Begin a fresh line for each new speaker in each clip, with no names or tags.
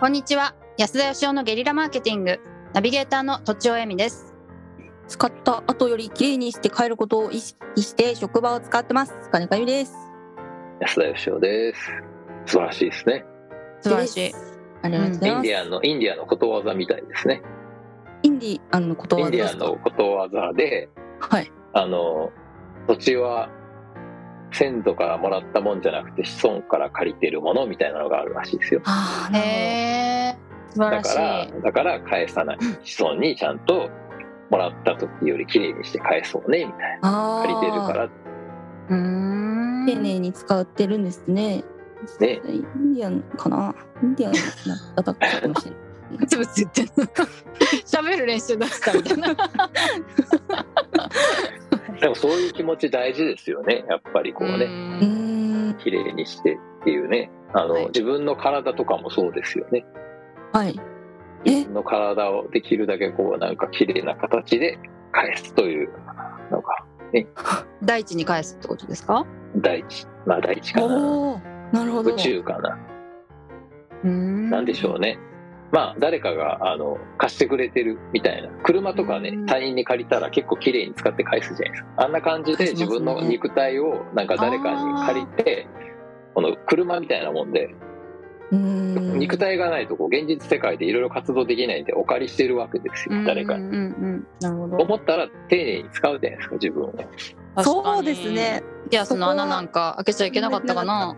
こんにちは安田義生のゲリラマーケティングナビゲーターのとちおえみです
使った後より綺麗にして帰ることを意識して職場を使ってます金かゆみです
安田義生です。素晴らしいですね。
素晴らしい
ありがとうござ
イ
い
ン
ます、
ディアンの、インディアンのことわざみたいですね。
インディアンのこと
イ
は
ン
どう
デ
で
ィア
す
ン
か
のことわざで、
はい
あの、土地は先祖からもらったもんじゃなくて子孫から借りてるものみたいなのがあるらしいですよ。
あーなるほど
へえ素晴
だ
らし
か
い
ら、だから返さない。子孫にちゃんともらった時より綺麗にして返そうね、みたいな。
あ
借りてるからら
うーん
丁寧に使ってるんですね
ね。
インディアンかなインディアンだった かもしれない
ブツブツ言って る喋る練習だしたみたいな
でもそういう気持ち大事ですよね。やっぱりこうね。
うー
ね
ん
綺麗にしてっていうね。あの、
はい
自分の体とかもそうですよね。
はい
自分の体をできるだけこうなんか綺麗な形で返すというのが
大地に返すってことですか
第一まあ第一かな
おおーなるほど
宇宙かな
な
なんでしょうねまあ誰かがあの貸してくれてるみたいな車とかね
うん
他人に借りたら結構綺麗に使って返すじゃないですかあんな感じで
返しますね
自分の肉体をなんか誰かに借りてこの車みたいなもんで
うーん
肉体がないとこう現実世界でいろいろ活動できないんでお借りしてるわけですよ誰か
う
に
んうんうんなるほど
思ったら丁寧に使うじゃないですか自分を
そうですね
ピアスの穴なんか開けちゃいけなかったかな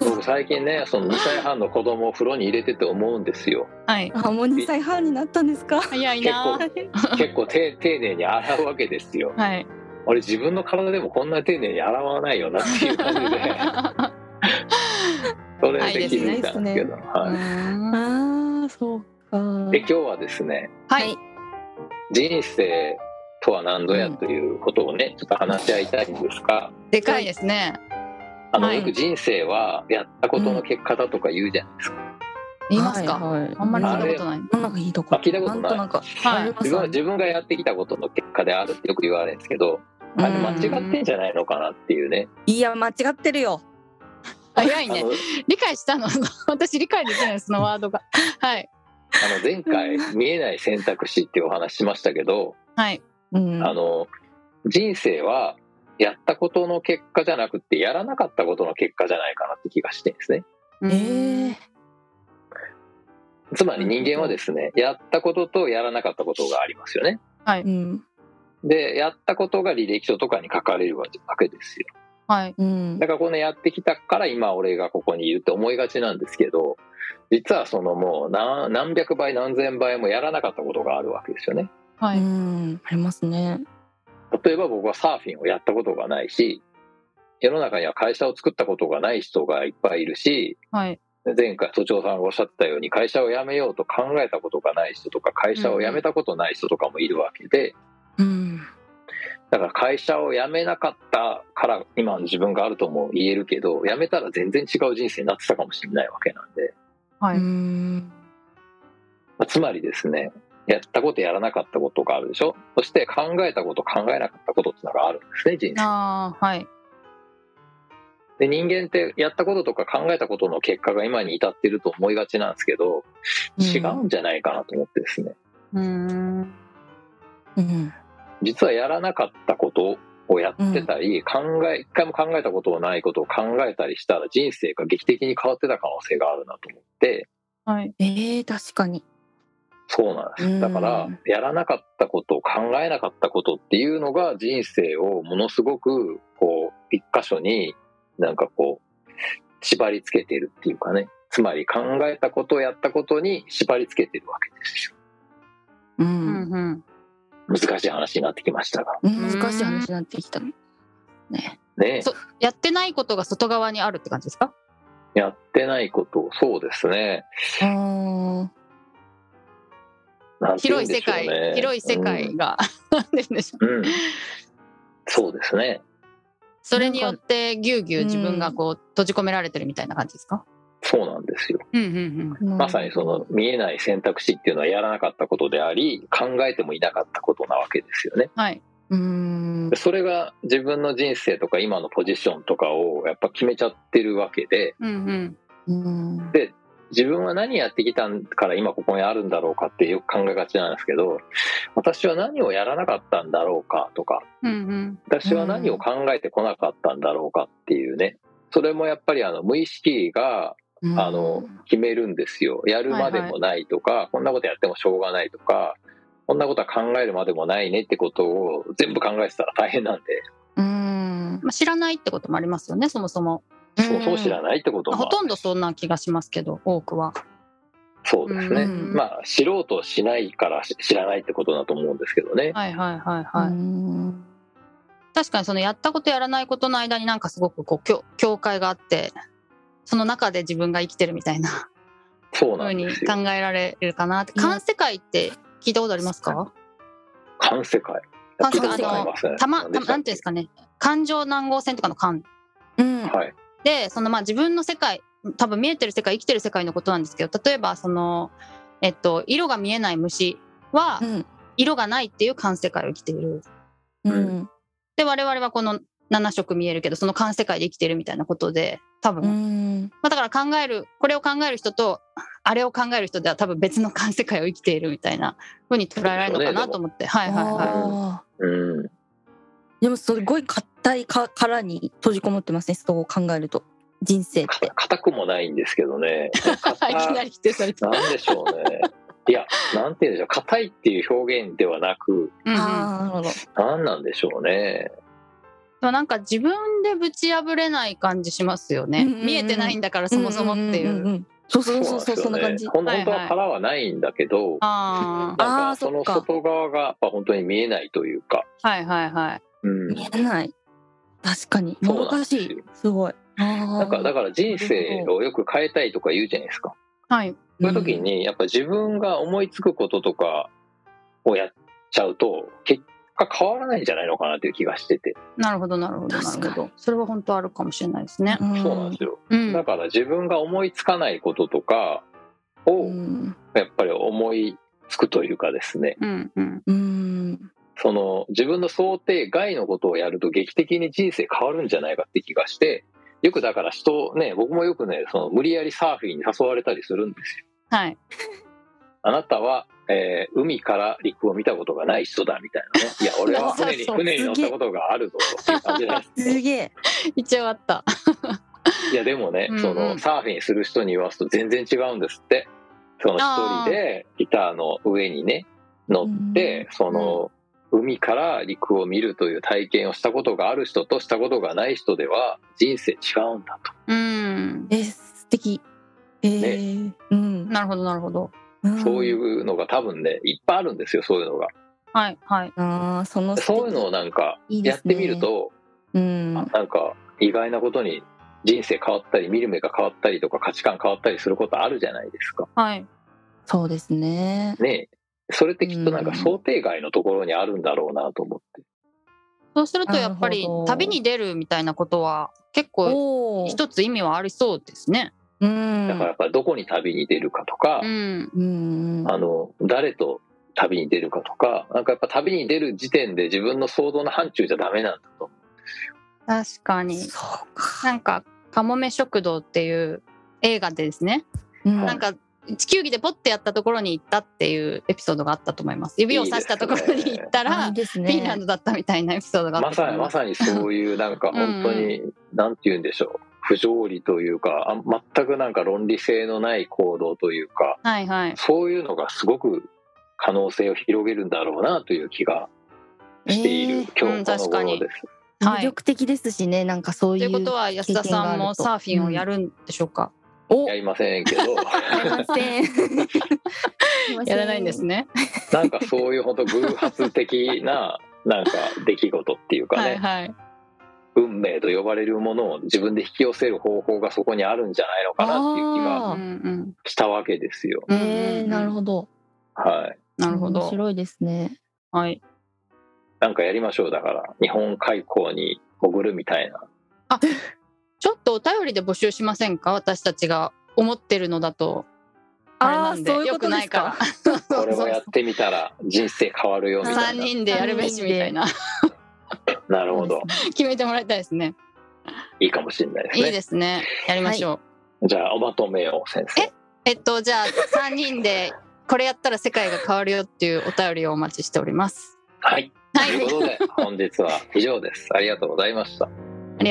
僕最近ねその2歳半の子供を風呂に入れてて思うんですよ
はい
あもう2歳半になったんですか
早い
結
な
構結構て丁寧に洗うわけですよ
はい
俺自分の体でもこんな丁寧に洗わないよなっていう感じ でそれで気づいたんですけど
う
は
ーんは
ああそうか
い、で今日はですね
い
人生とは何ぞやということをねちょっと話し合いたいんですが
でかいですね
あの
はい
よく人生はやったことの結果だとか言うじゃないですか、
言いますか、
はいはい
あんまり聞いたことない
なんか聞いたこ
あ
と
聞いたことない
んとなんか
はい
ありま
自
す
分は自分がやってきたことの結果であるってよく言われるんですけどあれ
うん
間違ってんじゃないのかなっていうね
いや間違ってるよ
早
あ
い
の
ね理解したの 私理解できないそのワー ドがはい
あの前回「見えない選択肢」っていうお話しましたけど、
はい
うん
あの人生はやったことの結果じゃなくてやらなかったことの結果じゃないかなって気がしてるんですね。
うん
ええ
つまり人間はですねやったこととやらなかったことがありますよね。
うん
でやったことが履歴書とかに書かれるわけですよ。
はい
うん
だからこのやってきたから今俺がここにいるって思いがちなんですけど実はそのもう何何百倍何千倍もやらなかったことがあるわけですよね。
は
う
い
んありますね
例えば僕はサーフィンをやったことがないし世の中には会社を作ったことがない人がいっぱいいるし
はい
前回都庁さんがおっしゃったように会社を辞めようと考えたことがない人とか会社を辞めたことない人とかもいるわけで
うん
だから会社を辞めなかったから今の自分があるとも言えるけど辞めたら全然違う人生になってたかもしれないわけなんで、
は
う
い
ん
まあつまりですねやったことやらなかったことがあるでしょそして考えたこと考えなかったことってのがあるんですね人生
ああはい
で人間ってやったこととか考えたことの結果が今に至ってると思いがちなんですけど
うん
違うんじゃないかなと思ってですね、
うーん
うん
実はやらなかったことをやってたり、考え一回も考えたことのないことを考えたりしたら人生が劇的に変わってた可能性があるなと思って
はい
えー確かに
そうなんで
う
す
ん
だから、やらなかったことを考えなかったことっていうのが人生をものすごくこう一箇所になんかこう縛り付けてるっていうかねつまり考えたことやったことに縛り付けてるわけですよ
う
うんんうん
難しい話になってきましたが
難しい話になってきたね
ね
そやってないことが外側にあるって感じですか
やってないことそうですね
あー
なんて言う
広
ん
い
で
世
しょう
界、
ね
広い世界が、なんて言うんでしょう
うん、うんそうですね
それによってぎゅうぎゅう自分がこう閉じ込められてるみたいな感じですか
そうなんですよ
うんうん
あの
まさにその見えない選択肢っていうのはやらなかったことであり考えてもいなかったことなわけですよね
うんはい
うん
それが自分の人生とか今のポジションとかをやっぱ決めちゃってるわけで
うんうん
うん
で自分は何やってきたから今ここにあるんだろうかってよく考えがちなんですけど私は何をやらなかったんだろうかとか
うん
私は何を考えてこなかったんだろうかっていうねそれもやっぱりあの無意識が
うん
あの決めるんですよやるまでもないとか、こんなことやってもしょうがないとかこんなことは考えるまでもないねってことを全部考えてたら大変なんで、
うん
まあ、知らないってこともありますよねそもそも、
そうそう知らないってこと
まあ
は
ほとんどそんな気がしますけど多くは
そうですね、
うん
まあ知ろうとしないからし知らないってことだと思うんですけどね、
はいはいはいはい、
うん
確かにそのやったことやらないことの間になんかすごくこう境境界があってその中で自分が生きてるみたいな
そう
ふ
な
うんに
ですよ
考えられるかなって
うん
観世界って聞いたことありますか
観世界
観世
界
ありますね
たまたまなんていうんです
か
かね感情南号線とかの観
うん
はい
でそのまあ自分の世界多分見えてる世界生きてる世界のことなんですけど例えばその、えっと、色が見えない虫は
うん
色がないっていう観世界を生きている
うん
で我々はこの7色見えるけどその観世界で生きているみたいなことで多分、
うん
まあ、だから考えるこれを考える人とあれを考える人では多分別の観世界を生きているみたいなふうに捉えられるのかなと思って、はいはいはい。
あ
うん
ーでもすごい硬いか殻に閉じこもってますねそう考えると人生っ
か
て
硬くもないんですけどね
いきなり否定された。
なんでしょうねいやなんて言うんでしょう硬いっていう表現ではなく
うんうん
ああなるほど
なんなんでしょうね
でもなんか自分でぶち破れない感じしますよね。
うんうんうん
見えてないんだからそもそもっていう。
んんんんそうそうそうそうそ
うん
な
なん
感
です
じ
よねほん
はいはい
本当は殻はないんだけど、
あ
なん
あ
か
ー
その
そっか
外側がやっぱ本当に見えないというか、
あ、はいはいはい。
うん、
見えない確かに
そ
も
う
ど
なんで
か
す
し
よ
いすごいな
なんかだから人生をよく変えたいとか言うじゃないですか
はい。
そういう時にやっぱ自分が思いつくこととかをやっちゃうと結果変わらないんじゃないのかなという気がしてて、
なるほどなるほどな
確か
る
に
ほど。それは本当あるかもしれないですね。
そうなんですよ、
うん。
だから自分が思いつかないこととか
う
を
ん
やっぱり思いつくというかですね
うんうん。
うん
その自分の想定外のことをやると劇的に人生変わるんじゃないかって気がしてよくだから人をね僕もよくねその無理やりサーフィンに誘われたりするんですよ。
はい。
あなたは、えー海から陸を見たことがない人だみたい なね。いや俺は船
そう
に
そう
船に乗ったことがあるぞっていう感じな んです
す
け
げえ
一応あった。
どいやでもね
うんうん
そのサーフィンする人に言わすと全然違うんですって。その一人でギターの上にね乗ってその海から陸を見るという体験をしたことがある人としたことがない人では人生違うんだと。
うん。
え素敵えーうん
なるほどなるほど。
うん
そういうのが多分ねいっぱいあるんですよそういうのが。
はいはい。
あーその
そういうのをなんか
いいで
や
す
っ
ね
てみると
うん
あなんか意外なことに人生変わったり見る目が変わったりとか価値観変わったりすることあるじゃないですか。
はい。
そうですね
ねえそれってきっとなん
う
か
ん
想定外のところにあるんだろうなと思って。
そうするとやっぱり
なるほど
旅に出るみたいなことは結構
おお
一つ意味はありそうですね。
うん
だからやっぱどこに旅に出るかとか、
うん。
うん
あの誰と旅に出るかとかなんかやっぱ旅に出る時点で自分の想像の範疇じゃダメなんだと。
確かに。
そうか
なんか「かもめ食堂」っていう映画でですね、
な
なんか地球儀でポッてやったところに行ったっていうエピソードがあったと思います指を指したところに行ったら
いいです
フ
ね
ィンランドだったみたいなエピソードがあっ
ま
たと
さ
思い
に
ま、
ますさにそういうなんか本当になんて言うんでしょう不条理というかあ全くなんか論理性のない行動というか
はいはい
そういうのがすごく可能性を広げるんだろうなという気がしている、
え
う
ー
ん
今日この
確かに
頃です。
はい
魅力的ですしねなんかそう
と
い
いうこ
う
とは安田さんもサーフィンをやるんでしょうか、
お
やりませんけど
やりません
やらないんですね
なんかそういう本当偶発的ななんか出来事っていうか
は
ね、
いはい
運命と呼ばれるものを自分で引き寄せる方法がそこにあるんじゃないのかなっていう気
あ
が
ー
うんうん
したわけですよ。
えー、なる
ど
ほど
はい、
なるほ
面
ど
白いですね
はい
なんかやりましょうだから日本海溝に潜るみたいな
ちょっとお便りで募集しませんか私たちが思ってるのだとあれ
あ
な
あ
ん
ー
で
そういうことです
よくない
か
か
これをやってみたら人生変わるよ みたい
3
な。
人でやるべしみたいな
なるほど
決めてもらいたいですね
いいかもしれないです
い
ね。
いですね。やりましょう。
じゃあおまとめを先生。
えっと、じゃあ、3人で、これやったら世界が変わるよっていうお便りをお待ちしております。
はい。と
は
い
い。
うことで、本日は以上です。ありがとうございました。
あり